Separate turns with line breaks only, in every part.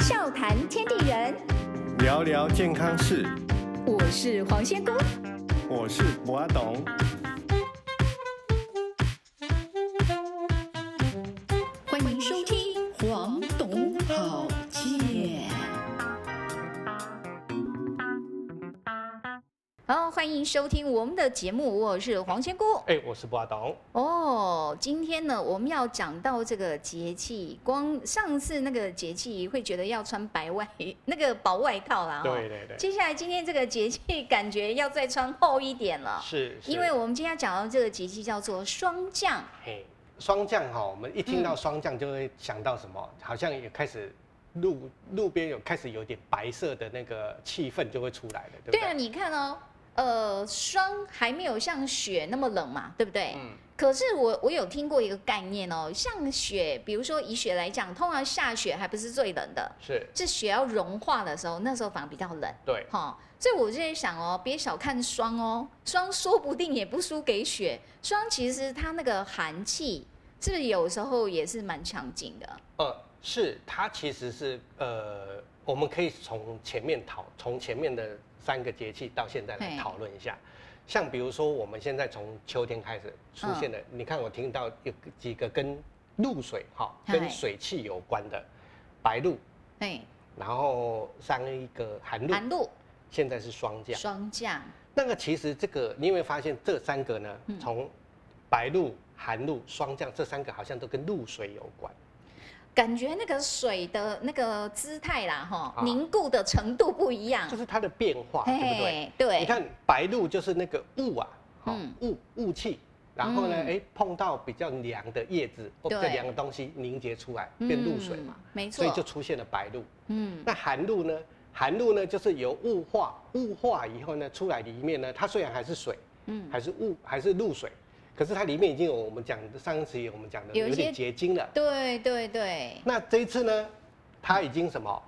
笑谈天地人，
聊聊健康事，
我是黄仙姑。
我是博阿董。
欢迎收听《黄董好见》。好，欢迎收听我们的节目，我是黄仙姑。
哎、我是巴董。
哦，今天呢，我们要讲到这个节气，光上次那个节气会觉得要穿白外那个薄外套啦、哦。
对。对对，
接下来今天这个节气，感觉要再穿厚一点了，
是，是
因为我们今天要讲到这个节气叫做霜降。
嘿，霜降哈，我们
嗯
一听到霜降就会想到什么？好像也开始路路边有开始有点白色的那个气氛就会出来了，对不
对啊，
对？
你看哦，呃，霜还没有像雪那么冷嘛，对不对？
嗯，
可是我我有听过一个概念哦，像雪，比如说以雪来讲，通常下雪还不是最冷的，
是，
是雪要融化的时候，那时候反而比较冷。
对，
哈、所以我就在想哦，别小看霜哦，霜说不定也不输给雪。霜其实它那个寒气，是不是有时候也是蛮强劲的？
呃，是它其实是呃，我们可以从前面讨，从前面的三个节气到现在来
嘿
讨论一下。像比如说，我们现在从秋天开始出现的，你看我听到有几个跟露水哈、
嗨
跟水汽有关的，白露，
哎，
然后上一个寒露，
寒露、
现在是霜降。
霜降，
那个其实这个你有没有发现这三个呢？从白露、寒露、霜降这三个好像都跟露水有关。
感觉那个水的那个姿态啦，哈、
啊
凝固的程度不一样
就。是它的变化，对不对？
嘿，对
你看白露就是那个雾啊，哈
嗯
雾雾气，然后呢，
嗯
哎、碰到比较凉的叶子哦或
对
者凉的东西凝结出来变露水嘛，
嗯没错，
所以就出现了白露。
嗯
那寒露呢？寒露呢，就是由雾化，雾化以后呢，出来里面呢，它虽然还是水，
嗯，
还是雾，还是露水，可是它里面已经有我们讲的上一次我们讲的
有
有
一些
点结晶了。
对对对，
那这一次呢，它已经什么，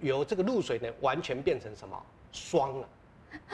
由这个露水呢，完全变成什么霜了。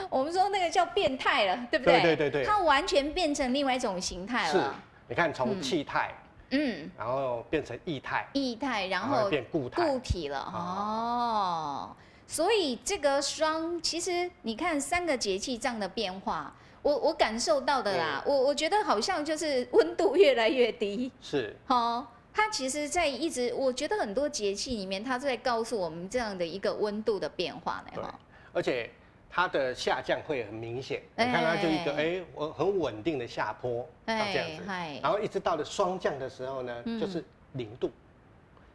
我们说那个叫变态了，对不对？
对对对对
它完全变成另外一种形态
是
了。，
你看
嗯
从气态，
嗯，
然后变成液态，
液态，然
然
后
后变固态啊
固体了。哦，所以这个霜，其实你看三个节气这样的变化，我我感受到的啦，
嗯
我我觉得好像就是温度越来越低。
是
哦，它其实，在一直，我觉得很多节气里面，它在告诉我们这样的一个温度的变化呢。
对
哈，
而且它的下降会很明显，你看它就一个
哎
哎，我很稳定的下坡，到这样子，
嗨
然后一直到了霜降的时候呢
嗯，
就是零度，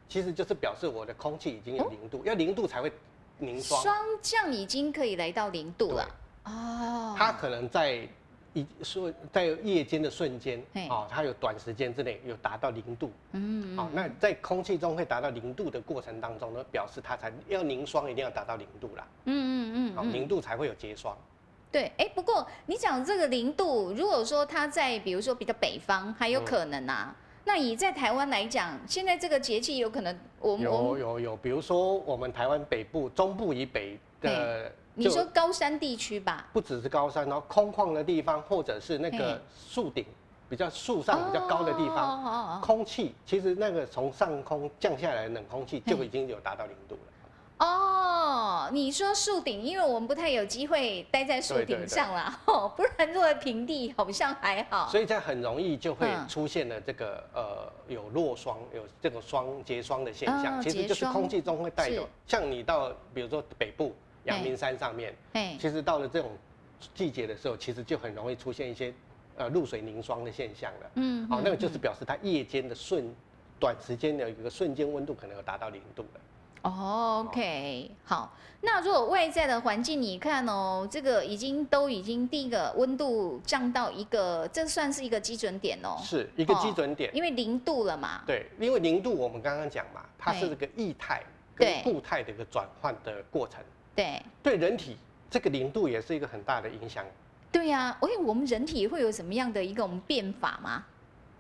其实就是表示我的空气已经有
哦
零度，要零度才会凝霜，
霜降已经可以来到零度了
对。
哦，
它可能在一瞬在夜间的瞬间
嘿，
哦，它有短时间之内有达到零度，
嗯，
好、那在空气中会达到零度的过程当中呢，表示它才要凝霜，一定要达到零度啦，
嗯嗯嗯
好、
嗯，
零度才会有结霜。
对，哎，不过你讲这个零度，如果说它在比如说比较北方，还有
嗯
可能啊。那以在台湾来讲，现在这个节气有可能我们我
有
们
有有，比如说我们台湾北部、中部以北的，
你说高山地区吧，
不只是高山，然后空旷的地方，或者是那
嘿
个树顶比较树上比较高的地方，
哦哦哦哦
空气其实那个从上空降下来的冷空气就已经有达到零度了。
哦，你说树顶，因为我们不太有机会待在树
对对
顶
对
上啦，哦，不然坐在平地好像还好。
所以这样很容易就会
啊嗯
出现了这个、呃有落霜，有这个霜结霜的现象，
嗯
其实
结
就是
霜
空气中会带有
是。
像你到比如说北部阳明山上面，
嘿，
其实到了这种季节的时候，其实就很容易出现一些呃露水凝霜的现象了。哦
嗯
好、那个
嗯
就是表示它夜间的瞬短时间的一个瞬间温度可能有达到零度了。
哦 OK，好，那如果外在的环境，你看哦，这个已经都已经第一个温度降到一个，这算是一个基准点哦，
是一个
哦
基准点。
因为零度了嘛。
对，因为零度我们刚刚讲嘛，它
嘿
是这个液态
对
跟固态的一个转换的过程。
对
对人体这个零度也是一个很大的影响。
对呀、因为我们人体会有什么样的一个我们变法吗？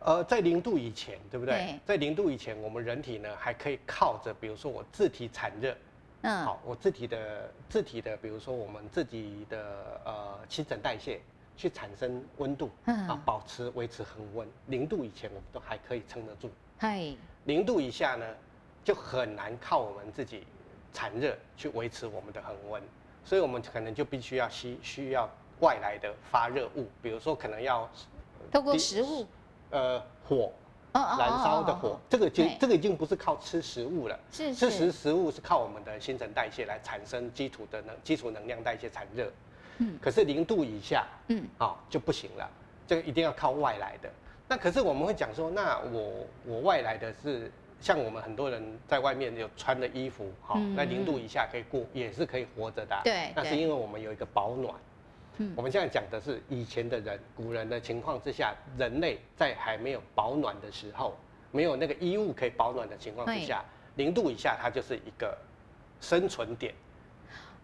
呃，在零度以前，对不对？
对
在零度以前，我们人体呢还可以靠着，比如说我自体产热，
嗯，
好、我自体的自体的，比如说我们自己的呃新陈代谢去产生温度，
嗯
啊，保持维持恒温。零度以前我们都还可以撑得住，
嗨，
零度以下呢就很难靠我们自己产热去维持我们的恒温，所以我们可能就必须要需需要外来的发热物，比如说可能要
透过
第
食物，
呃火
哦哦
燃烧的火，这个就
对
这个已经不是靠吃食物了。
是
吃食
是，
食物是靠我们的新陈代谢来产生基础的能基础能量代谢产热，
嗯
可是零度以下
嗯，
哦就不行了，这个一定要靠外来的。那可是我们会讲说，那我我外来的是像我们很多人在外面有穿的衣服，哈、
嗯
那零度以下可以过也是可以活着的啊、
对
那是
对
因为我们有一个保暖。
嗯
我们现在讲的是以前的人，古人的情况之下，人类在还没有保暖的时候，没有那个衣物可以保暖的情况之下，零度以下它就是一个生存点。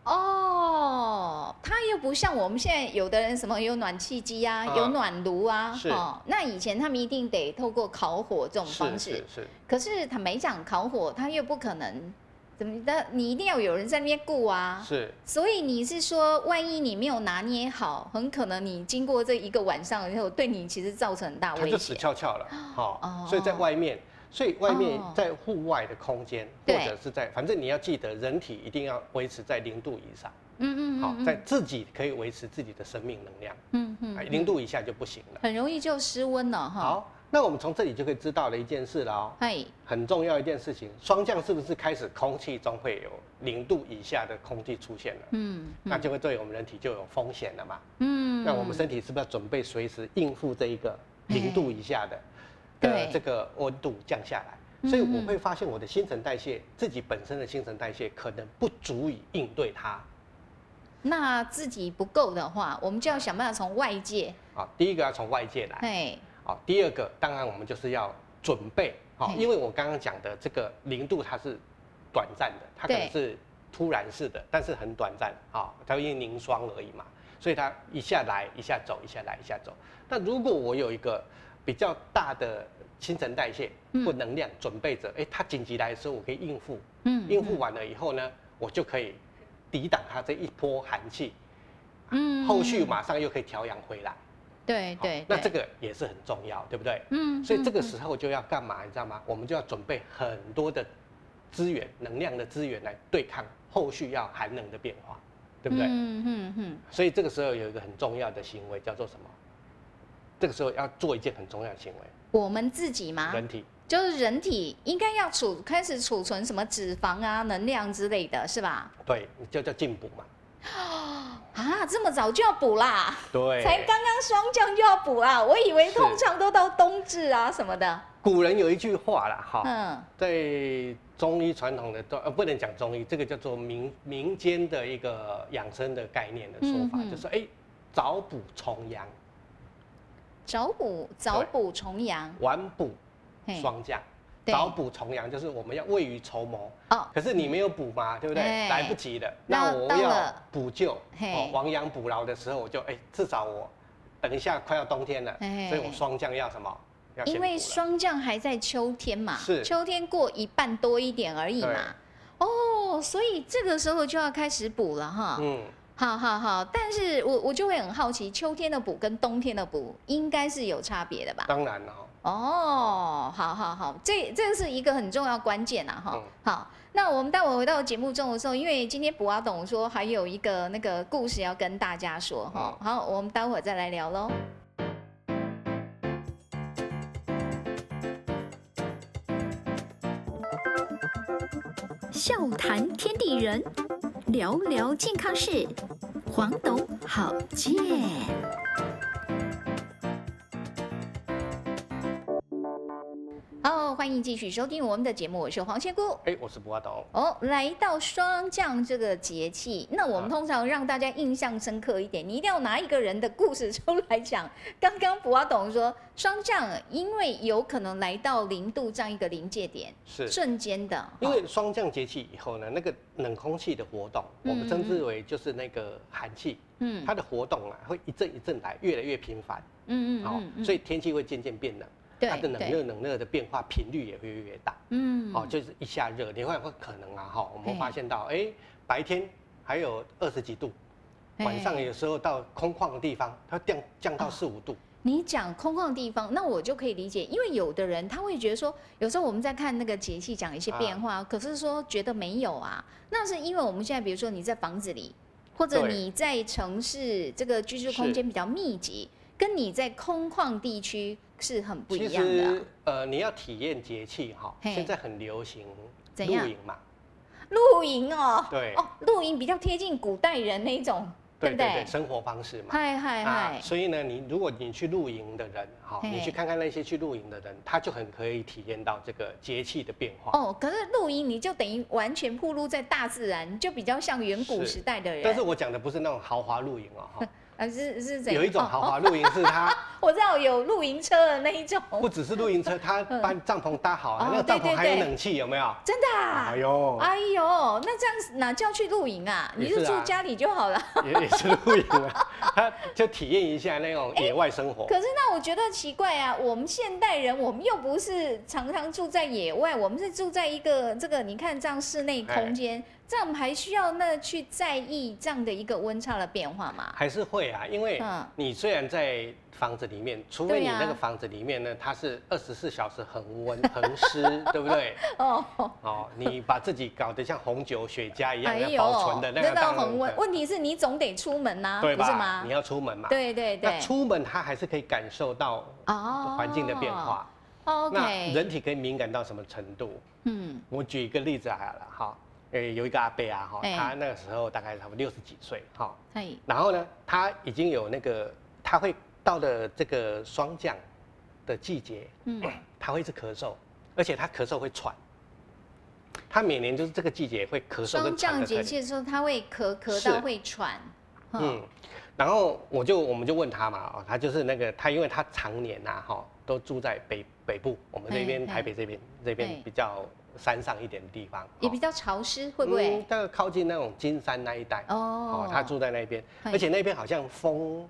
哦，它又不像我们现在有的人什么有暖气机啊，
啊
有暖炉啊，
是
哦，那以前他们一定得透过烤火这种方
是
式，
是是，
可是坦白讲，烤火它又不可能怎么的，你一定要有人在那边顾啊。
是
所以你是说，万一你没有拿捏好，很可能你经过这一个晚上以后，对你其实造成很大
它
危
就死
险。
翘翘 了，好、
哦
所以在外面，所以外面
哦
在户外的空间，或
对
者是在，反正你要记得，人体一定要维持在零度以上，
嗯嗯
好、
嗯，
在自己可以维持自己的生命能量，
嗯嗯
哎
嗯
零度以下就不行了。
很容易就失温了哈。，
好，那我们从这里就可以知道了一件事了哦，
嘿，
很重要一件事情，霜降是不是开始空气中会有零度以下的空气出现了？
嗯，
那就会对我们人体就有风险了嘛？
嗯，
那我们身体是不是要准备随时应付这一个零度以下的
嗯对嗯
的这个温度降下来？所以我会发现我的新陈代谢，自己本身的新陈代谢可能不足以应对它
那自己不够的话，我们就要想办法从外界，
啊。第一个要从外界来
嘿，
啊，第二个当然我们就是要准备啊，
嗯
因为我刚刚讲的这个零度它是短暂的，它可能是突然式的，但是很短暂啊，它因为凝霜而已嘛，所以它一下来一下走，一下来一下走。那如果我有一个比较大的新陈代谢
嗯
或能量准备着，哎、它紧急来的时候我可以应付，
嗯，
应付完了以后呢，我就可以抵挡它这一波寒气，
嗯，
后续马上又可以调养回来。
对，
好
对对，
那这个也是很重要，对不对？
嗯，嗯，
所以这个
嗯
时候就要干嘛，你知道吗？我们就要准备很多的资源、能量的资源来对抗后续要寒冷的变化，对不对？
嗯嗯嗯，
所以这个时候有一个很重要的行为叫做什么？这个时候要做一件很重要的行为，
我们自己嘛，
人体
就是人体应该要储开始储存什么脂肪啊、能量之类的，是吧？
对，就叫进补嘛，
啊，这么早就要补啦，
哦对
才刚刚霜降就要补啦，我以为
是
通常都到冬至啊什么的，
古人有一句话啦，哈、
嗯，
在中医传统的中呃不能讲中医，这个叫做民民间的一个养生的概念的说法，
嗯嗯
就是哎早补重阳，
早补早
对
补重阳，
晚补
嘿，
霜降，
对
早补重阳就是我们要未雨绸缪。
哦，
可是你没有补嘛，对不对？
哎
来不及了。
那
那我
到
要
了
补救，
嘿
哦，亡羊补牢的时候，我就哎，至少我等一下快要冬天了，
哎
所以我霜降要什么？要先
因为
补了
霜降还在秋天嘛，
是
秋天过一半多一点而已嘛。哦，所以这个时候就要开始补了哈。
嗯，
好好好，但是我我就会很好奇，秋天的补跟冬天的补应该是有差别的吧？
当然了哦，
哦，好好好，这这是一个很重要关键啊呐、哈、
嗯
好，那我们待会回到节目中的时候，因为今天卜阿董说还有一个那个故事要跟大家说哈、好，我们待会儿再来聊喽。
笑谈天地人，聊聊健康事，黄董好健。
好，欢迎继续收听我们的节目，我是黄仙姑。
哎，我是不阿斗。
哦，来到霜降这个节气，那我们
啊
通常让大家印象深刻一点，你一定要拿一个人的故事出来讲。刚刚卜阿董说，霜降因为有可能来到零度这样一个临界点，
是
瞬间的，
因
哦
为霜降节气以后呢，那个冷空气的活动，我们称之为就是那个寒气，
嗯
它的活动啊会一阵一阵来，越来越频繁，
嗯
哦
嗯，嗯，
所以天气会渐渐变冷，
对嗯
它的冷热
对，
冷热的变化频率也会越来越大。
嗯，
哦，就是一下热，你会会可能啊哈，我
嘿
们发现到，哎、白天还有二十几度，晚上
嘿
有时候到空旷的地方，它降降到
哦
四五度，
你讲空旷地方，那我就可以理解，因为有的人他会觉得说，有时候我们在看那个节气讲一些变
啊
化，可是说觉得没有啊，那是因为我们现在比如说你在房子里，或者
对
你在城市这个居住空间比较密集，跟你在空旷地区是很不
其
一样的啊、
实呃，你要体验节气哈，
嘿
现在很流行
怎
露
样
营嘛，
露营哦，
对
哦，露营比较贴近古代人那种，
对
不
对对，？生活方式嘛。
嗨嗨
啊
嗨，，
所以呢，你如果你去露营的人，哈，
嘿
你去看看那些去露营的人，他就很可以体验到这个节气的变化。
哦，可是露营你就等于完全暴露在大自然，就比较像远古
是
时代的人。
但是我讲的不是那种豪华露营 哦，哈
啊，是是怎样？
有一种
哦
豪华露营是它
我知道有露营车的那一 种，
不只是露营车，它把帐篷搭好，啊
哦
那个帐
对
篷
对
还有
对
冷气，有没 有？
真的、啊
哎。呦，
哎呦，那这样哪叫去露营啊？你
也是
就
啊
住家里就好了。
也也是露营啊，他就体验一下那种野外生活。
可是那我觉得奇怪啊，我们现代人，我们又不是常常住在野外，我们是住在一个这个你看这样室内
哎
空间，这样我们还需要那去在意这样的一个温差的变化吗？
还是会啊，因为
嗯
你虽然在房子里面，除非
对
你
呀
那个房子里面呢，它是二十四小时恒 温恒湿，对不对？
哦，
哦，你把自己搞得像红酒、雪茄一样
哎
要
呦，
保存的那个
倒
当然
很温。问题是你总得出门呐、
对
不是
吧？
吗
你？要出门嘛，
对对
那
对，
出门它还是可以感受到
哦
环境的变。化。那
OK，
人体可以敏感到什么程度？
嗯
我举一个例子好了哈，诶，有一个阿伯啊哈，
哎
他那个时候大概差不多六十几岁哈，
嘿。
然后呢，他已经有那个，他会到了这个霜降的季节，
嗯，
他会一直咳嗽，而且他咳嗽会喘。他每年就是这个季节会咳嗽
霜
跟喘
降
的
节
可以。
气的时候，它会咳咳
是
到会喘。嗯，
嗯，然后我就我们就问他嘛，哦，他就是那个他，因为他常年呐、哈、都住在北北部，我们这边
嘿嘿
台北这边这
嘿
边比较山上一点的地方，
也
哦
比较潮湿，会不会
嗯？大概靠近那种金山那一带。
哦
哦，他住在那边，
嘿
而且那边好像风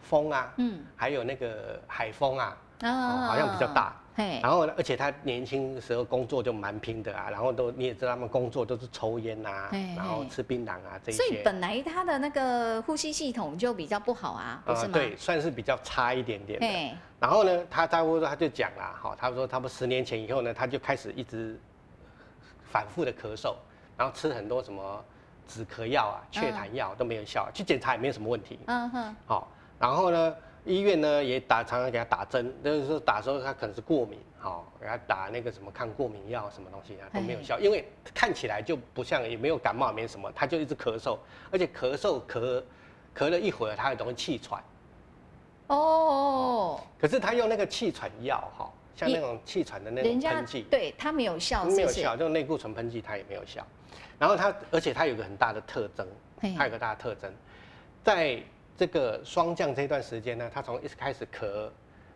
风啊，
嗯
还有那个海风啊，
啊
好像比较大。
嘿，
然后呢，而且他年轻的时候工作就蛮拼的啊，然后都你也知道，他们工作都是抽烟啊
嘿嘿，
然后吃槟榔啊这一
所以
些，
本来它的那个呼吸系统就比较不好啊，不
啊
是吗？
对，算是比较差一点点的。
嘿，
然后呢，他大多他就讲啦，哈，他说差不多十年前以后呢，他就开始一直反复的咳嗽，然后吃很多什么止咳药啊、祛痰药都没有效，去检查也没有什么问题。
嗯哼，
好、然后呢，医院呢也打常常给他打针，就是说打的时候他可能是过敏，好、给他打那个什么抗过敏药什么东西啊都没有效，因为看起来就不像也没有感冒，没什么，他就一直咳嗽，而且咳嗽咳咳了一会儿，他很容易气喘，
哦，
可是他用那个气喘药哈、像
你
那种气喘的那
人
种
家
喷剂，
对它没有效，
没
是
有
不是？
效，就类固醇喷剂它也没有效。然后它，而且它有个很大的特征
嘿，
它有个大的特征，在这个霜降这段时间呢，它从一开始咳，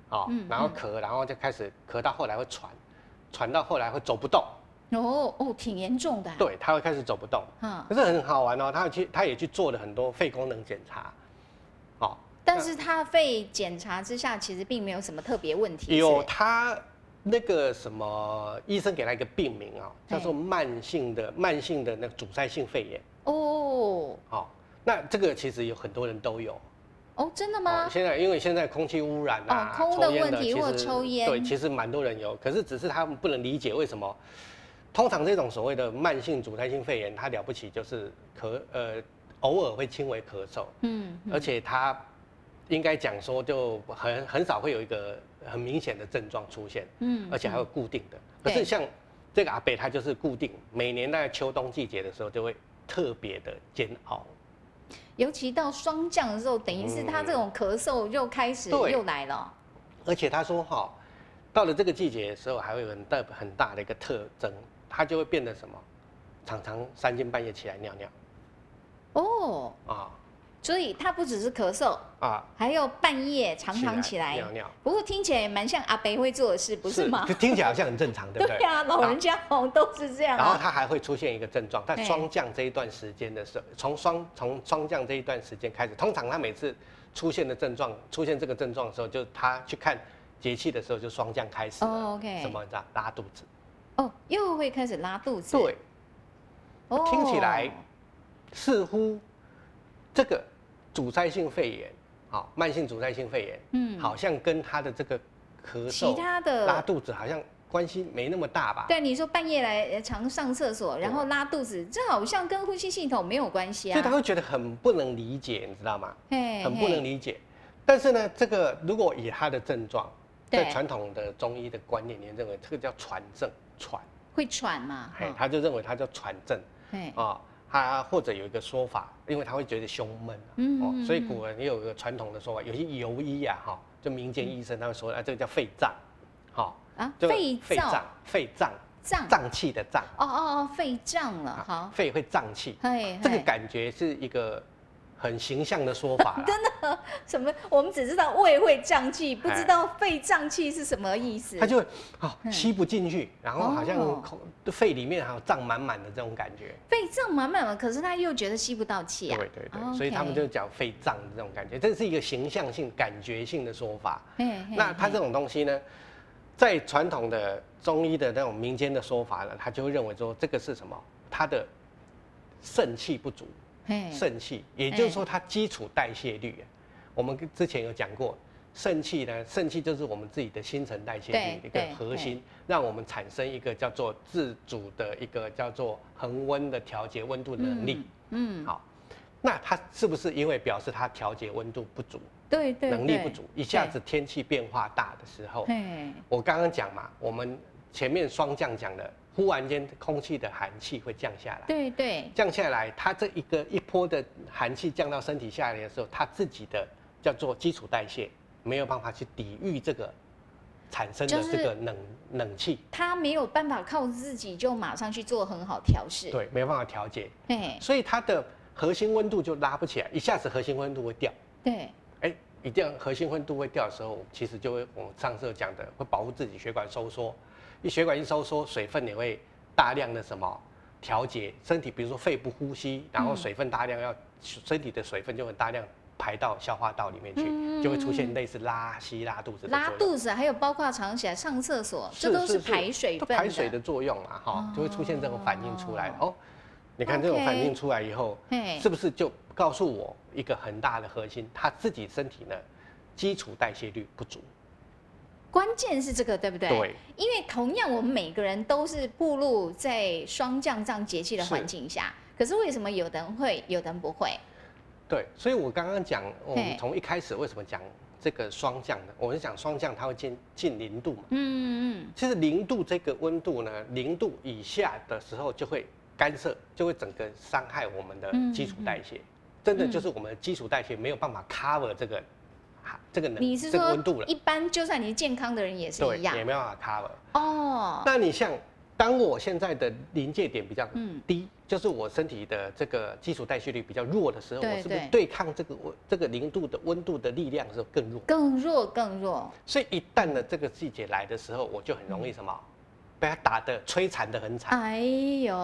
啊、
嗯
然后咳，然后就开始咳到后来会喘，喘到后来会走不动，
哦哦，挺严重的啊。
对，它会开始走不动。
嗯，
可是很好玩哦，它有去，它也去做了很多肺功能检查，哦，
但是它肺检查之下，其实并没有什么特别问题。是不
有
是
他那个什么医生给他一个病名啊、叫做
嘿
慢性的慢性的那个阻塞性肺炎。
哦
哦，那这个其实有很多人都有。
哦，真的
哦
吗？
现在因为现在空气污染啊，
哦空的
抽烟
问题
其实
或抽烟
对，其实蛮多人有，可是只是他们不能理解为什么。通常这种所谓的慢性阻塞性肺炎，它了不起就是咳呃偶尔会轻微咳嗽，
嗯，嗯
而且它应该讲说就很很少会有一个很明显的症状出现，
嗯
而且还有
嗯
固定的。可
对
是像这个阿北，他就是固定，每年在秋冬季节的时候就会特别的煎熬。
尤其到霜降的时候，等于是他这种咳嗽又开始
对
又来了。
而且他说哈、到了这个季节的时候，还会有很大很大的一个特征，它就会变得什么，常常三更半夜起来尿尿
哦，
啊
所以他不只是咳嗽，
啊，
还有半夜常常起来。
尿尿，
不过听起来也蛮像阿北会做的事，不是吗
就？听起来好像很正常，对 不对？
呀、啊，老人家好像都是这样
然后
啊。
它还会出现一个症状，在
对
霜降这一段时间的时候，从霜从霜降这一段时间开始，通常它每次出现的症状，出现这个症状的时候，就他去看节气的时候，就霜降开始了。
哦，OK
什么你知道拉肚子？
哦，又会开始拉肚子。
对，
哦，
听起来似乎这个阻塞性肺炎好、慢性阻塞性肺炎，
嗯，
好像跟他的这个咳
哦其
嗽、
他
拉
的
肚子好像关系没那么大吧？
对你说半夜来呃常上厕所，然后拉肚子，这好像跟呼吸系统没有关系
所以他
啊，
会觉得很不能理解，你知道吗？
嘿
很不能
嘿
理解。但是呢，这个如果以他的症状，在
对
传统的中医的观念里面认为这个叫喘症，喘，
会喘嘛，
嘿
哈，
他就认为它叫喘症
嘿，
啊。他或者有一个说法，因为他会觉得胸闷啊，
嗯嗯
哦，所以
嗯
古人也有一个传统的说法，有些游医啊，哈，就民间医生他会说，啊，这个叫肺胀，好，
啊，
这个
肺
肺胀
燥，
肺胀，
胀，
胀气的胀，
哦哦哦，肺胀了，
啊
好，
肺会胀气，
嘿，
这个
嘿
感觉是一个很形象的说 法啦，
什么？我们只知道胃会胀气，不知
哎
道肺胀气是什么意思
他。就啊、
嗯
吸不进去，然后好像
哦
口、肺里面还有胀满满的这种感觉。
肺胀满满了，可是他又觉得吸不到气啊。
对对对，
OK
所以他们就讲肺胀的这种感觉，这是一个形象性、感觉性的说法。
嘿嘿
那它
嘿
这种东西呢，在传统的中医的那种民间的说法呢，他就会认为说这个是什么？他的肾气不足，
嘿
肾气，
哎
也就是说它基础代谢率啊，我们之前有讲过，肾气呢，肾气就是我们自己的新陈代谢率
对
一个
对
核
对
心，让我们产生一个叫做自主的一个叫做恒温的调节温度能力。
嗯，
好，那它是不是因为表示它调节温度不足，
对对，
能力
对
不足，一下子天气变化大的时候，
嘿，
我刚刚讲嘛，我们前面霜降讲的，忽然间空气的寒气会降下来。
对对，
降下来，它这一个一波的寒气降到身体下来的时候，它自己的叫做基础代谢没有办法去抵御这个产生的
就是
这个冷、冷气，
他没有办法靠自己就马上去做很好调试。，
对，没有办法调节，
嘿，
所以它的核心温度就拉不起来，一下子核心温度会掉。
对，
哎，一定要核心温度会掉的时候，其实就会我们上次有讲的，会保护自己血管收缩。一血管一收缩，水分也会大量的什么调节身体，比如说肺不呼吸，然后水分大量要身体的水分就会大量排到消化道里面去，就会出现类似拉稀、拉肚子的作用
拉肚子，还有包括常起来上厕所，这都是排水
都
分哦
排水的。作用嘛，哈，就会出现这种反应出来。哦，你看这种
OK
反应出来以后，
嘿
是不是就告诉我一个很大的核心，他自己身体呢基础代谢率不足？
关键是这个，对不对？
对，
因为同样我们每个人都是暴露在霜降这样节气的环境下，可是为什么有的人会，有的人不会？
对，所以我刚刚讲，我
嘿
们从一开始为什么讲这个霜降呢？我是讲霜降它会进近零度嘛。
嗯嗯
其实零度这个温度呢，零度以下的时候就会干涉，就会整个伤害我们的
嗯
基础代谢。真的就是我们的基础代谢没有办法 cover 这个，啊这个
嗯，
能
你是
这个
说
温度了，
一般就算你健康的人也是
对，
一样
也没办法 cover。
哦，
那你像，当我现在的临界点比较
嗯
低，就是我身体的这个基础代谢率比较弱的时候，
对
我是不是
对
对抗这个温这个零度的温度的力量的时候更弱？
更弱更弱，
所以一旦呢这个季节来的时候，我就很容易什么，
嗯
被它打的摧残的很惨，
哎呦，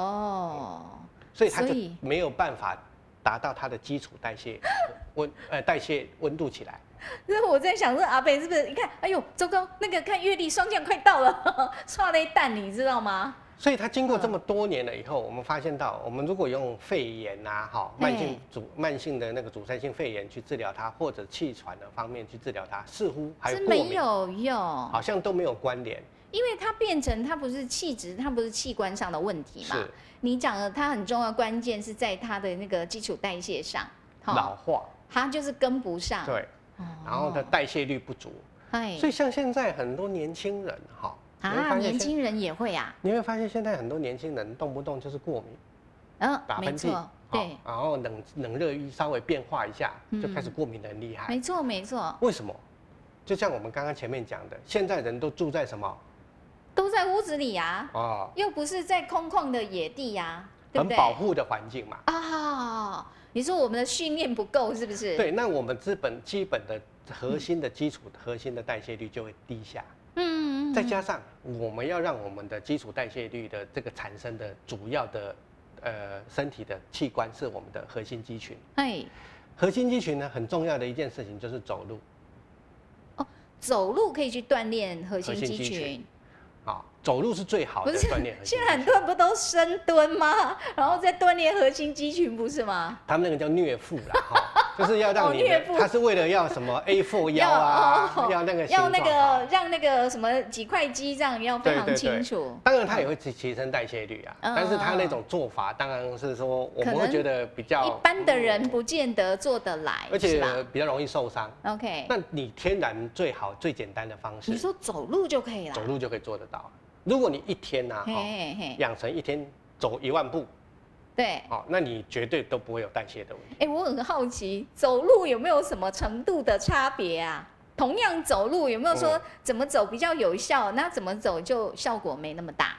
所以它就
所以
没有办法达到它的基础代谢 温呃代谢温度起来。
那我在想说阿北是不是？你看，哎呦，糟糕，那个看月历霜降快到了， 刷了一蛋，你知道吗？
所以它经过这么多年了以后，我们发现到，我们如果用肺炎呐、哈，慢
嘿
性阻慢性的那个阻塞性肺炎去治疗它，或者气喘的方面去治疗它，似乎还有
真
过
没
敏，
有用，
好像都没有关联。
因为它变成它不是气质，它不是器官上的问题嘛。
是
你讲了，它很重要，关键是在它的那个基础代谢上，
老
好，
化，
它就是跟不上。，哦
对，然后它，代谢率不足，
哎
所，以像现在很多年轻人哈，你会
啊，
发现
年
现
轻人也会啊，
你会发现现在很多年轻人动不动就是过敏，
嗯，
打
没
喷嚏
错，，对
好，然后冷冷热一稍微变化一下，就开始
嗯
过敏的很厉害。
没错，没错，
为什么？就像我们刚刚前面讲的，现在人都住在什么
都在屋子里啊，
啊、
又不是在空旷的野地呀、对
很
不对？
保护的环境嘛。
啊、你说我们的训练不够是不是？，
对，那我们资本基本的核心的基础、核心的代谢率就会低下，
嗯，
再加上我们要让我们的基础代谢率的这个产生的主要的呃身体的器官是我们的核心肌群。
哎，
核心肌群呢，很重要的一件事情就是走路
走路可以去锻炼核心
核心
肌
肌
群，
群啊、走路是最好
不
的
是
锻炼核心
现
肌
在很
群。
多人不都深蹲吗？然后再锻炼核心肌群不是吗？
他们那个叫虐腹啦，哈，就是要让你
哦虐
的
腹，
他是为了 要什么 A4 腰啊，
要
要,、
哦
那个
要
形
那
状啊
个让那个什么几块肌这样要非常
对对
清
对
楚。
当然，它也会提提升代谢率啊，
嗯
但是它那种做法，当然是说我
可
们会
能
觉得比较
一般的人不见得做得来，
哦而
是
且
吧
比较容易受伤。
？OK，
那你天然最好最简单的方
你
式，
说走路就可以了，
走路就可以做得到。如果你一天呐、啊，
嘿
哦，
嘿嘿，
养成一天走一万步，
对。
哦，那你绝对都不会有代谢的问题。
哎、我很好奇，走路有没有什么程度的差别啊？同样走路，有没有说
嗯
怎么走比较有效？那怎么走就效果没那么大？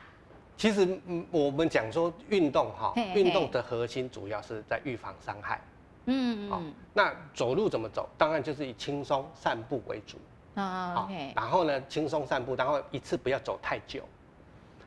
其实嗯我们讲说运动哈
嘿，嘿
运动的核心主要是在预防伤害。
嗯
哦
嗯，
那走路怎么走？当然就是以轻松散步为主。
啊
好
，OK，
然后呢，轻松散步，然后一次不要走太久。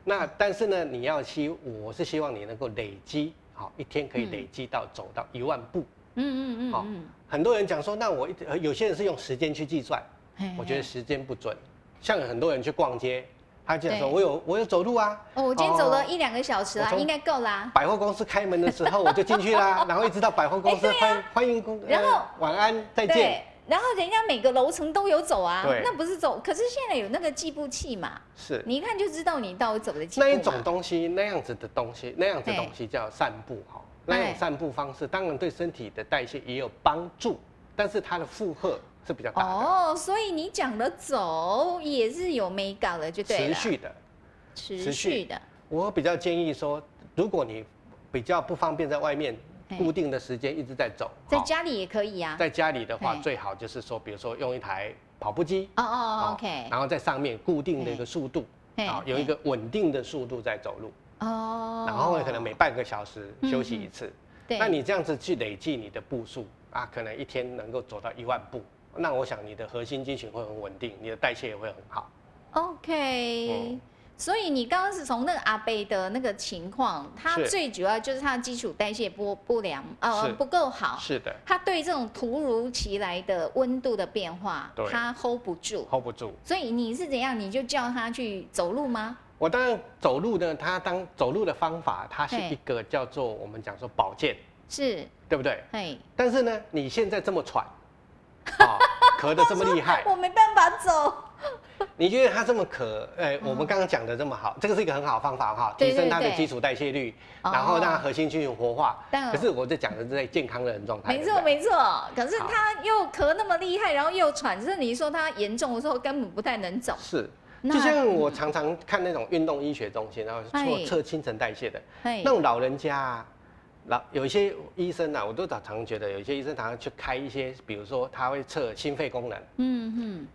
那但是呢，你要希，我是希望你能够累积，好、一天可以累积到走到一万步。
嗯嗯嗯
好
嗯
很多人讲说，那我一直呃有些人是用时间去计算，
嘿，
我觉得
嘿
时间不准。像很多人去逛街，他就讲说
对
我有我有走路啊，
哦，我今天走了
哦
一两个小时
我
啦，
从
应该够啦。
百货公司开门的时候我就进去啦，然后一直到百货公司
哎对
欢欢迎公，呃
然后
晚安再见
对。，然后人家每个楼层都有走啊
对，
那不是走，可是现在有那个计步器嘛，
是
你一看就知道你到底走的几步
那
嘛。
一种东西，那样子的东西，那样子的东西叫散步哈。那
哎
种散步方式当然对身体的代谢也有帮助，但是它的负荷是比较大的，
哦，所以你讲的走也是有美感的，就对
持
了，
续的。
持
持
续
续
的，
我比较建议说，如果你比较不方便在外面
哎
固定的时间一直在走，
在
哈
家里也可以啊。
在家里的话
哎，
最好就是说，比如说用一台跑步机。
哦哦
哦
，OK，
然后在上面固定的一个速度，
嘿
啊，有一个稳定的速度在走路，
哦，
然后可能每半个小时
嗯
休息
嗯
一次，
对，
那你这样子去累计你的步数啊，可能一天能够走到一万步，那我想你的核心肌群会很稳定，你的代谢也会很好。
OK，、
嗯
所以你刚刚是从那个阿贝的那个情况，他
是
最主要就是他的基础代谢不不良，呃，
是
不够好，
是的
他对这种突如其来的温度的变化
对，
他 hold 不住。
，hold 不住。
所以你是怎样？你就叫他去走路吗？
我当然走路呢，它当走路的方法，它是
嘿
一个叫做我们讲说保健，
是，
对不对？
嘿，
但是呢，你现在这么喘， 啊、咳得这么厉害，
我没办法走。
你觉得他这么咳，哎、我们刚刚讲的这么好，这个是一个很好的方法
嗯
哈，
对
提升他的
对对
基础代谢率，
哦
然后让核心肌群活化。
但
可是我在讲的是在健康的人状态，
没
对不
错
对
没错，可是他又咳那么厉害，然后又喘，就是你说他严重的时候根本不太能走。
是，
那
就像我常常看那种运动医学中心，然后
哎
做测新陈代谢的，
嘿
那，种老人家啊，老有一些医生啊，我都常常觉得有一些医生常常去开一些，比如说他会测心肺功能，
嗯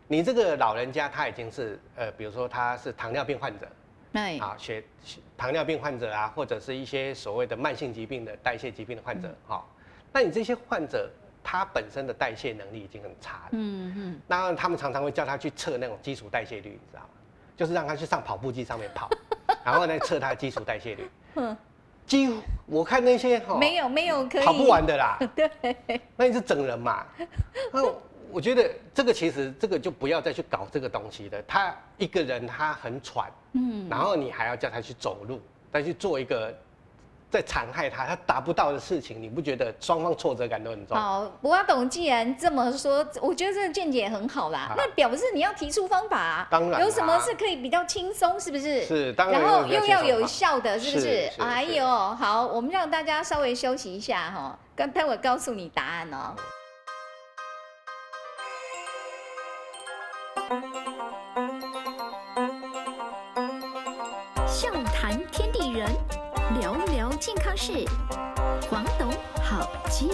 你这个老人家他已经是呃，比如说他是糖尿病患者
嗯，哎，
啊，血血糖尿病患者啊，或者是一些所谓的慢性疾病的代谢疾病的患者，
嗯
哈、那你这些患者他本身的代谢能力已经很差了。
嗯嗯，
那他们常常会叫他去测那种基础代谢率，你知道吗？就是让他去上跑步机上面跑，然后呢测他的基础代谢率。
嗯
几乎我看那些哈、
没有没有可以
哦跑不完的啦，
对，
那你是整人嘛？那我觉得这个其实这个就不要再去搞这个东西了。他一个人他很喘，
嗯，
然后你还要叫他去走路，再去做一个在残害他他达不到的事情，你不觉得双方挫折感都很重？
好，不过董既然这么说，我觉得这个见解很好啦。
好
那表示你要提出方法啊，
当然啦
有什么是可以比较轻松，是不是？
是当然
后
有
又
比较轻
要
松
有
嘛
效的，是不
是
是？
是
哎
是
呦，好，我们让大家稍微休息一下哈，刚待会儿告诉你答案哦。
笑谈天地人，聊聊健康事，黄董好健。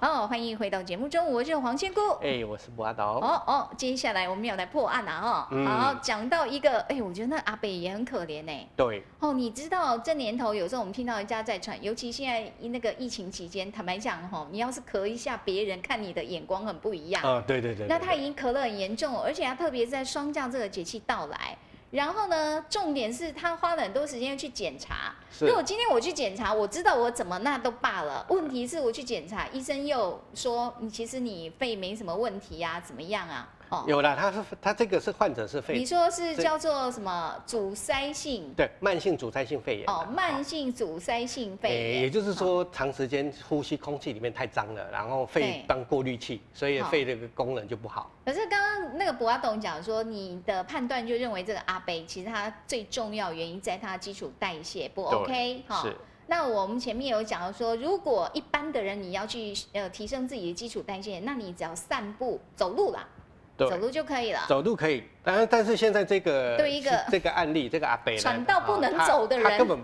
哦，欢迎回到节目中，我是黄仙姑。
哎、我是博阿导。
哦哦，接下来我们要来破案了哦。
嗯
好，讲到一个，哎，我觉得那阿北也很可怜哎、
对，
哦，你知道这年头有时候我们听到人家在传，尤其现在那个疫情期间，坦白讲哈、你要是咳一下，别人看你的眼光很不一样。
啊、对对对
那
对
他已经咳得很严重了，而且他特别在霜降这个节气到来。然后呢，重点是他花了很多时间去检查。
是
如果今天我去检查，我知道我怎么那都罢了。问题是我去检查，医生又说你其实你肺没什么问题啊，怎么样啊？哦，
有啦，它是它这个是患者是肺
你，说是
这
叫做什么阻塞性？
对，慢性阻塞性肺炎
哦
啦，
慢性阻塞性
诶
肺
也
炎，
就是说，长时间呼吸空气里面太脏了，然后肺
对
当过滤器，所以
好
肺这个功能就不好。
可是刚刚那个博阿董讲说，你的判断就认为这个阿贝其实他最重要原因在他基础代谢不 OK 哈。
是
那我们前面有讲到说，如果一般的人你要去呃提升自己的基础代谢，那你只要散步、走路啦，
对
走路就可以了。
走路可以，但是但是现在这个
对一个
这个案例，这个阿北呢
喘到不能
哦他
走的人
他根本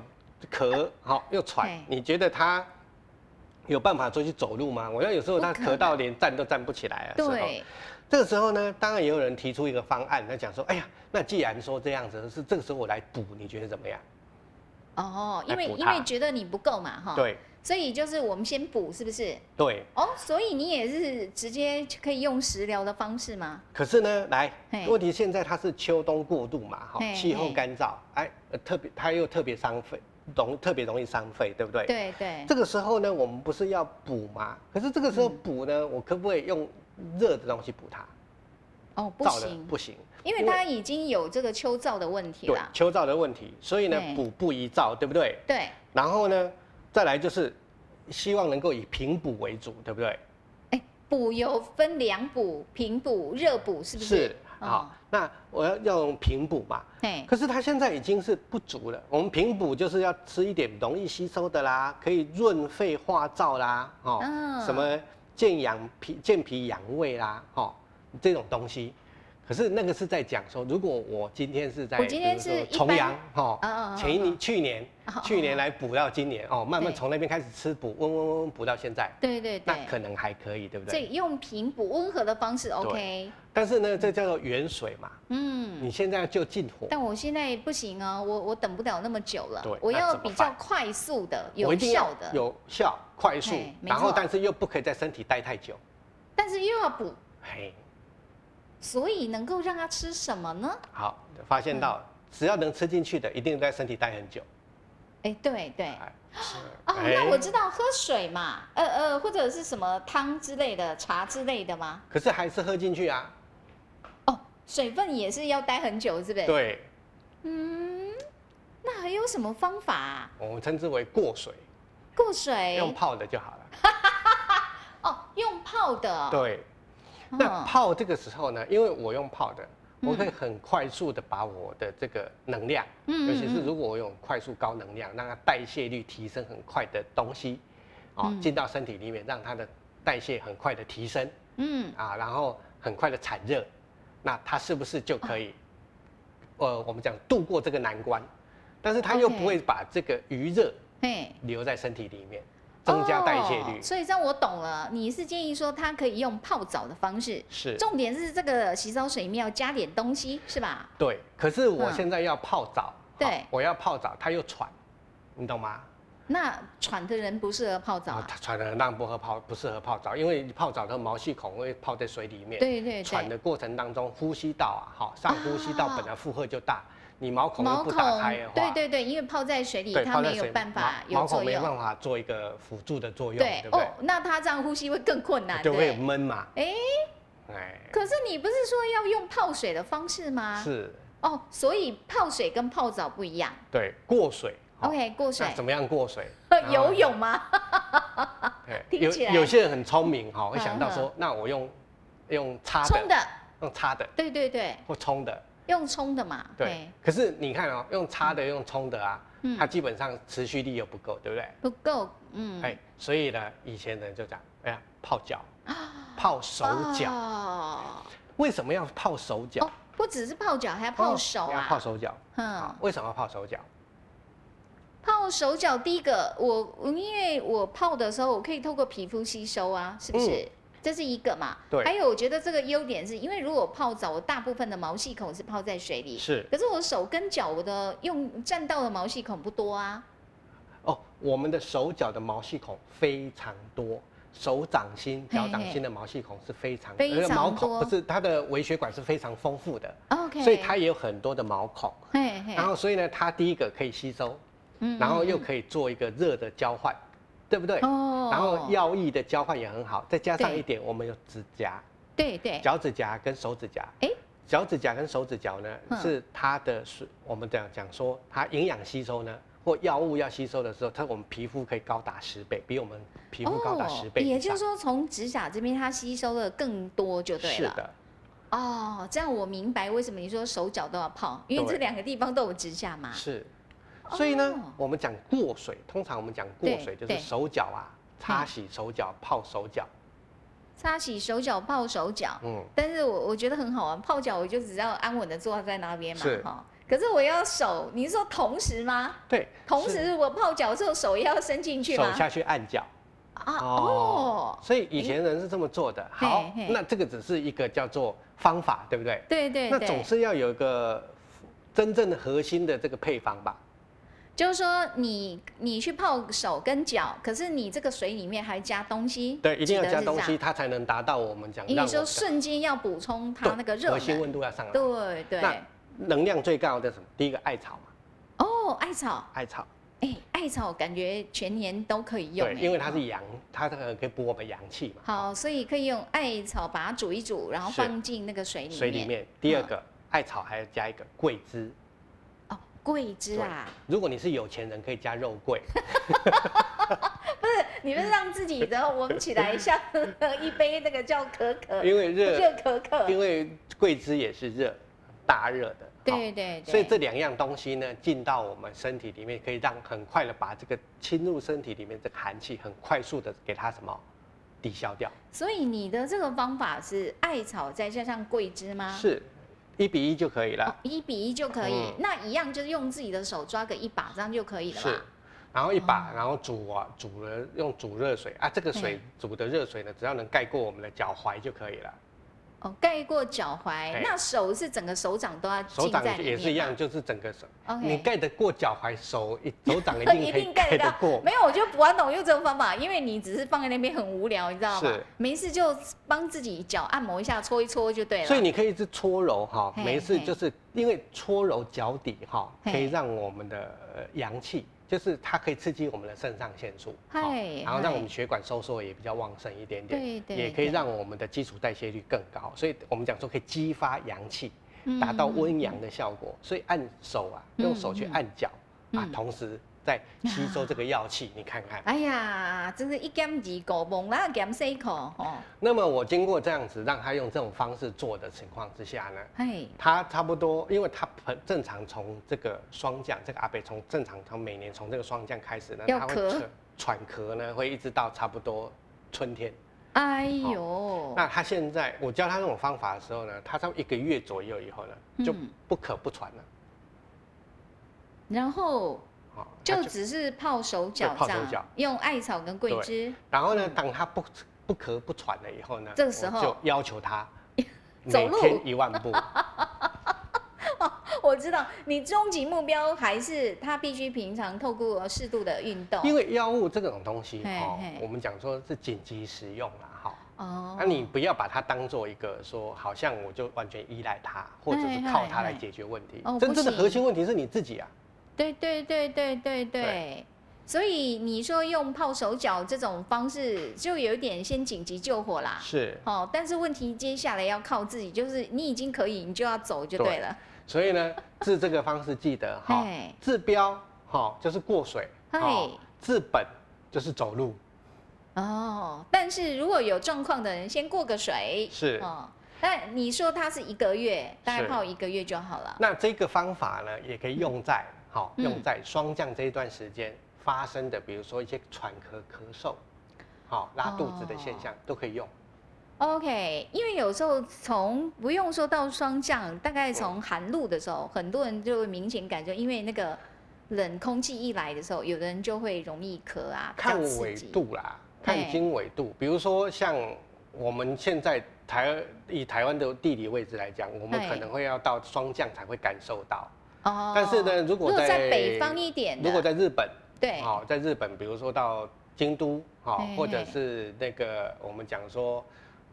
咳好又喘
对，
你觉得他有办法出去走路吗？我要有时候他
不可能
咳到连站都站不起来的时候，
对，
这个时候呢，当然也有人提出一个方案，他讲说，哎呀，那既然说这样子，是这个时候我来补，你觉得怎么样？
哦，因
来
为
补
因
它
为觉得你不够嘛哈，，
对
所以就是我们先补，是不是？
对，
哦，所以你也是直接可以用食疗的方式吗？
可是呢，来
嘿，
问题现在它是秋冬过渡嘛，哈
嘿，
气候
嘿
干燥，哎，呃特别它又特别伤肺，容特别容易伤肺，对不对？
对对，
这个时候呢，我们不是要补吗？可是这个时
嗯
候补呢，我可不可以用热的东西补它？
哦，不
燥的
行，
不行，
因为它已经有这个秋燥的问题
对
啦。
秋燥的问题，所以呢
对
补不宜燥，对不对？
对，
然后呢，再来就是希望能够以平补为主，对不对？
哎，补有分凉补、平补、热补，是不哦是？
好，，那我要要用平补嘛。
哎、
可是它现在已经是不足了，我们平补就是要吃一点容易吸收的啦，可以润肺化燥啦，哦，
嗯
什么健养脾健脾养胃啦，哦，这种东西。可是那个是在讲说，如果我今天是在，
我今天
比如说
是一般
重阳，哦
嗯嗯嗯，
前一年去年
哦
去年来补到今年，哦，慢慢
对
从那边开始吃补，温温温温补到现在，
对对
那
对，
可能还可以，对不
所
对？
以用平补温和的方式，OK，
但是呢，这叫做远水嘛，
嗯。
你现在就进火，
但我现在不行啊，我我等不了那么久了
对，
我
那
要
怎么
比较
办
快速的、
我
有
一定要
效的，
有效、快速
嘿，没
然后
错
但是又不可以在身体待太久。
但是又要补，
嘿，
所以能够让他吃什么呢？
好，发现
嗯
到、只要能吃进去的，一定在身体待很久。
哎，对对，
哎，是
哦，
哎
那我知道喝水嘛，呃呃，或者是什么汤之类的、茶之类的吗？
可是还是喝进去啊。
哦，水分也是要待很久，是不是？。
对，
嗯，那还有什么方法、啊？
我们称之为过水，
过水
用泡的就好了。
哦，用泡的。
对，
啊嗯，
那泡这个时候呢，因为我用泡的，
嗯
我可以很快速的把我的这个能量，
嗯
尤其是如果我有快速高能量，让它代谢率提升很快的东西，哦
嗯，
进到身体里面，让它的代谢很快的提升
嗯，
啊，然后很快的产热，那它是不是就可以，呃，我们讲度过这个难关？但是它又
OK
不会把这个余热
嘿，
留在身体里面，增加代谢率
哦。所以这样我懂了，你是建议说它可以用泡澡的方式，
是
重点是这个洗澡水里面要加点东西，是吧？
对，可是我
嗯
现在要泡澡，
对
好我要泡澡，他又喘，你懂吗？
那喘的人不适合泡澡
啊，
啊。
他喘的人当然不合泡，不适合泡澡，因为你泡澡的毛细孔会泡在水里面，
对对
喘
对，
的过程当中，呼吸道啊，好，上呼吸道
啊
本来负荷就大，你毛孔又
毛
不
孔
打开的话，
对对对，因为泡在水里，
对
它
泡在
没有
水
办法
毛
有
毛孔
作
没
用。
办法做一个辅助的作用，
对
对不
哦
对？，
那它这样呼吸会更困难，
就会
对。
闷嘛，
哎，
哎，
可是你不是说要用泡水的方式吗？
是，
哦，所以泡水跟泡澡不一样。
对，过水。好
OK，过水？
那怎么啊样过水
游泳吗？
对
听
哎有
起来
有些人很聪明哈，会
嗯
想到说，那我用用擦
冲
的，
的，
用擦的
对对对，
或冲的，
用冲的嘛。
对
嘿，。
可是你看哦，用擦的用冲的啊，它
嗯，
基本上持续力又不够，对不对？
不够，嗯，
哎，所以呢，以前人就讲，哎呀，泡脚，泡手脚，
啊哦，
为什么要泡手脚哦
哦？不只是泡脚，还要泡手
要
啊。
泡手脚。
嗯
啊，，为什么要泡手脚？
泡手脚第一个，我我因为我泡的时候，我可以透过皮肤吸收啊，是不是？这是一个嘛。
嗯对
还有，我觉得这个优点是因为如果泡澡，我大部分的毛细孔是泡在水里，
是
可是我手跟脚，我的用占到的毛细孔不多啊。
哦，我们的手脚的毛细孔非常多，手掌心、
嘿
脚掌
嘿
心的毛细孔是非常，
非
呃
常
毛孔
多
不是它的微血管是非常丰富的，
OK。
所以它也有很多的毛孔。
嘿嘿，
然后所以呢，它第一个可以吸收，
嗯
然后又
嗯
可以做一个热的交换，对不对？
嗯哦，
然后药液的交换也很好，再加上
对
一点我们有指甲，
对对，
脚趾甲跟手指甲，
诶
脚趾甲跟手指甲呢
哎嗯
是它的是，我们讲讲说它营养吸收呢或药物要吸收的时候，它我们皮肤可以高达十倍，比我们皮肤高达十倍以上、
哦也就是说从指甲这边它吸收的更多就对
是
了。
的，
哦，这样我明白为什么你说手脚都要泡，因为
对
这两个地方都有指甲嘛。
是。所以呢，
啊哦
我们讲过水，通常我们讲过
对
水就
对嗯
是手脚啊，擦洗手脚、泡手脚，
擦洗手脚，泡手脚。
嗯，
但是我我觉得很好玩，泡脚我就只要安稳的坐在那边嘛，
是
哈。可是我要手，你是说同时吗？
对。
同时我泡脚之后手也要伸进去
手
吗？
下去按脚，
啊
哦
哦，
所以以前人是这么做的。好
嘿嘿，
那这个只是一个叫做方法，对不对？
对对
那
对，
总是要有一个真正的核心的这个配方吧？
就是说你你去泡手跟脚，可是你这个水里面还加东西，
对，一定要加东
记得是
西，它才能达到我们讲
这样。因为
让我
说
们
瞬间要补充它那个
对
热
核心
能，
温度要上来。
对对
那。能量最高的是什么？第一个艾草嘛，
哦，艾草，
艾草，
哎、艾草感觉全年都可以用、
对，
哎
因为它是阳，它这个可以补我们阳气嘛。
好，所以可以用艾草把它煮一煮，然后
是
放进那个水里面。
水里面。第二个，艾草还要加一个桂枝。
哦，桂枝啊，
如果你是有钱人，可以加肉 桂。
你们让自己的闻起来像一杯那个叫可可
因为热
热可可，
因为桂枝也是热，大热的。
对对对，
好。所以这两样东西呢，进到我们身体里面，可以让很快的把这个侵入身体里面这个寒气，很快速的给它什么抵消掉。
所以你的这个方法是艾草再加上桂枝吗？
是，一比一就可以
哦
了。，
一比一就可以。
嗯
那一样就是用自己的手抓个一把，这样就可以了
是
吧？。
然后一把，然后煮啊，煮了用煮热水啊，这个水煮的热水呢，只要能盖过我们的脚踝就可以了。
哦，盖过脚踝
哎，
那手是整个手掌都要
手
浸
掌
在里面
也是一
吗
样，就是整个手，
OK
你盖得过脚踝，手一手 掌 一
一
定可
定
以
盖
盖
得
得过
到。。没有，我觉得不要懂用这个方法，因为你只是放在那边很无聊，你知道吗
是？
没事就帮自己脚按摩一下，搓一搓就对了。
所以你可以是搓揉哈，
嘿
每次就是因为搓揉脚底哈，
嘿
可以让我们的呃阳气，就是它可以刺激我们的肾上腺素，
嗨
好然后
嗨
让我们血管收缩也比较旺盛一点点，
对对
也可以
对
让我们的基础代谢率更高，所以我们讲说可以激发阳气，
嗯
达到温阳的效果。所以按手啊，用手去按脚啊
嗯，
同时在吸收这个药气，你看看。
哎呀，真是一减二口，猛啦减四口哦，
那么我经过这样子让他用这种方式做的情况之下呢，
嘿，
他差不多，因为他很正常从这个霜降，这个阿北从正常他每年从这个霜降开始呢，
要
他会
咳
喘喘咳呢，会一直到差不多春天。
哎呦，
那他现在我教他那种方法的时候呢，他差不多一个月左右以后呢，就
嗯
不咳不喘了。
然后
哦他
就只是泡手脚
对
这
泡手
样
脚，
用艾草跟桂枝，
然后呢，当他不不咳不喘了以后呢，
嗯这个时候
我就要求他
走
每
路哦
天一 万步，
我知道你终极目标还是他必须平常透过适度的运动，
因为药物这种东西
嘿
哦
嘿，
我们讲说是紧急使用啦，哈。
哦，
那、你不要把它当做一个说，好像我就完全依赖它，或者是靠它来解决问题
哎哎哎哦。
真正的
不行
核心问题是你自己啊。
对对对对对对
对。
所以你说用泡手脚这种方式，就有点先紧急救火啦。
是，
哦，但是问题接下来要靠自己，就是你已经可以，你就要走就对了。
所 以呢，治这个方式记得哈
哎，
治标哈、就是过水，
哎
哦，治本就是走路。
哦，但是如果有状况的人，先过个水。
是
哦，但你说它是一个月，大概
是
泡一个月就好了。
那这个方法呢，也可以用在好、
哦嗯
用在霜降这一段时间发生的，比如说一些喘咳、咳嗽，好、拉肚子的现
哦
象、都可以用。
OK，因为有时候从不用说到霜降，大概从寒露的时候，很多人就会明显感觉，因为那个冷空气一来的时候，有的人就会容易咳啊，比较
看
刺
纬
激。
度啦，
对
看经纬度。比如说像我们现在台以台湾的地理位置来讲，我们
对
可能会要到霜降才会感受到。
哦
但是呢，如
如
果
果
在
在北方一点的，
如果在日本，
对，
哦，在日本，比如说到京都，哦
嘿嘿，
或者是那个我们讲说。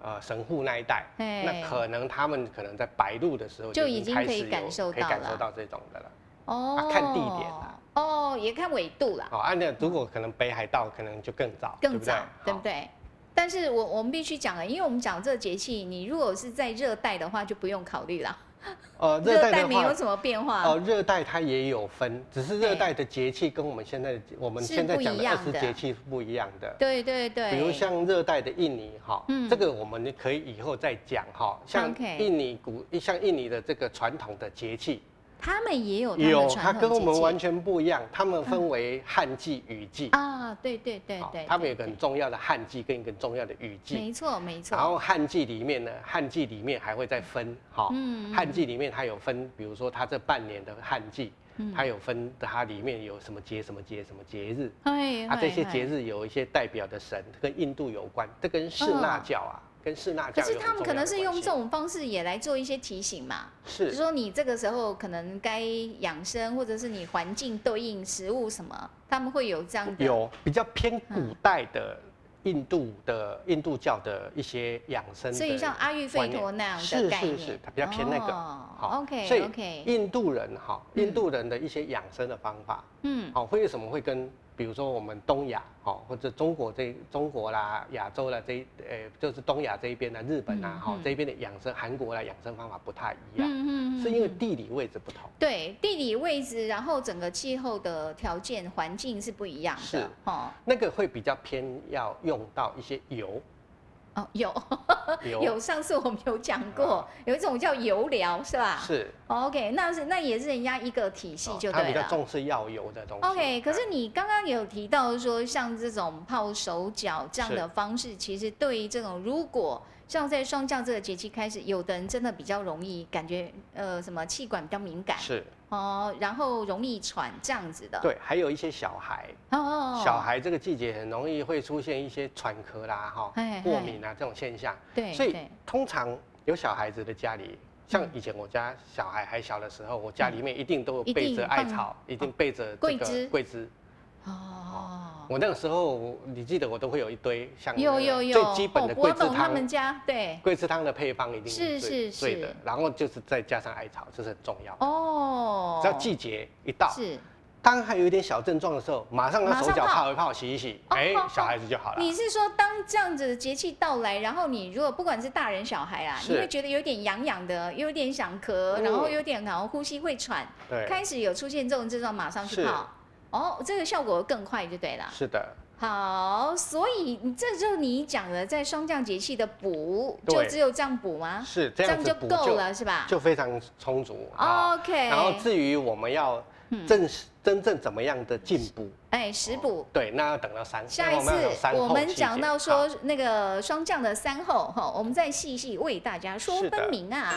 呃，神户那一带，
嘿
那可能他们可能在白露的时候
就
就
已
已
经
经开
可以
始有
感受
可以
到
感
了
受到这种的了。
哦、
啊看地点啦
哦，也看纬度啦，
啊哦，按、那如果可能北海道可能就更早，
更早，
对
对
不
不
对？
对？但是我我们必须讲了，因为我们讲这个节气，你如果是在热带的话，就不用考虑啦。
呃，热
热
带
带
的
没
话
有，什么变化。
哦，热带它也有分，只是
啊
热
对
带的节气跟我们现在的我们
是
现在
不
讲
一
的二
样
十
的
节气是不一样的。
对对对，
比如像热带的印尼哈，
嗯
这个我们可以以后再讲哈。像
OK
印尼古，像印尼的这个传统的节气，
他们也哦有他
有
们
它
传统
跟我们
节
完
气嗯
全不一样，他们分为旱季、雨季。
啊，对对对
好
对，
他们
对
有个很
对
重要的旱季跟一个很重要的雨季。
没错没
然
错，
后旱季里面呢，旱季里面还会再分哈
嗯嗯，
旱季里面它有分，比如说它这半年的旱季
嗯，
它有分它里面有什么节、什么节、什么节日，
哎
啊，这些节
日，
日有一些代表的神，跟印度有关，这跟士那教啊，跟士
哦
那
可
教有
是
很重要的关系。
他们可能是用这种方式也来做一些提醒嘛，就是说你这个时候可能该养生，或者是你环境对应食物什么，他们会有这样的
有比较偏古代的印度的印度教的一些养生的观
所
念，
以像啊阿育吠陀那样的概念
是是是，它比较偏那个。
哦
好
OK，
所以
OK
印度人哈，
嗯
印度人的一些养生的方法，
嗯
好、会为什么会跟比如说我们东亚哦，或者中国这中国啦、亚洲啦这一呃，就是东亚这一边的日本啊，
嗯
好、
嗯
这一边的养生，韩国啦养生方法不太一样，
嗯嗯，
是因为
嗯
地理位置不同。
对地理位置，然后整个气候的条件环境是不一样
是
的哦
那个会比较偏要用到一些油，
哦有。
油
有，上次我们有讲过，有一种叫油疗是吧？
啊是，
哦。OK，那是那也是人家一个体系
哦
就
他
对
比较
了。
重视药油的东西。
OK，可是
嗯
你刚刚有提到说，像这种泡手脚这样的方式，其实对于这种如果像在霜降这个节气开始，有的人真的比较容易感觉呃什么气管比较敏感
是
哦，然后容易喘这样子的。
对，还有一些小孩，
哦呃哦，哦
小孩这个季节很容易会出现一些喘咳啦、哈
哎
过
哎
敏啊这种现象。
对，
所以
对
通常有小孩子的家里，像
嗯
以前我家小孩还小的时候，我家里面一定都有
一
备
定
着
放
艾
哦
草，一定备着
桂
这个
枝
桂枝。
哦，
我那个时候，你记得我都会有一堆像那
有
个
有有，
最基本的
哦
桂
博
枝
董他们
汤，
家对。
桂枝汤的配方一定
是
最
是
最的
是，
然后就是再加上艾草，这是很重要。
哦，
只要季节一到，
是，
当还有一点小症状的时候，马上
马
拿
上
手脚
泡
泡一泡，洗一洗，
哦
哎
泡，
小
泡
孩子就好了。
你是说当这样子的节气到来，然后你如果不管是大人小孩啊，
是
你会觉得有点痒痒的，有点想咳，
嗯
然后有点然后呼吸会喘，
对，
开始有出现这种症状，马上去
是
泡。哦，这个效果更快就对了。
是的，
好，所以你这就是你讲的，在霜降节气的补，就
对
只有这样补吗？
是这
啊这
样
样
子
就
补
够了，是哦吧
就非常充足啊。
？OK。
然后至于我们要
嗯
正真正怎么样的进步，
哎，食补。
对，那要等到三
下一
我
次
们要有三
我
后
们
期
讲
节
到
好
说那个霜降的三后哈，我们再细细为大家说
是的
分明啊。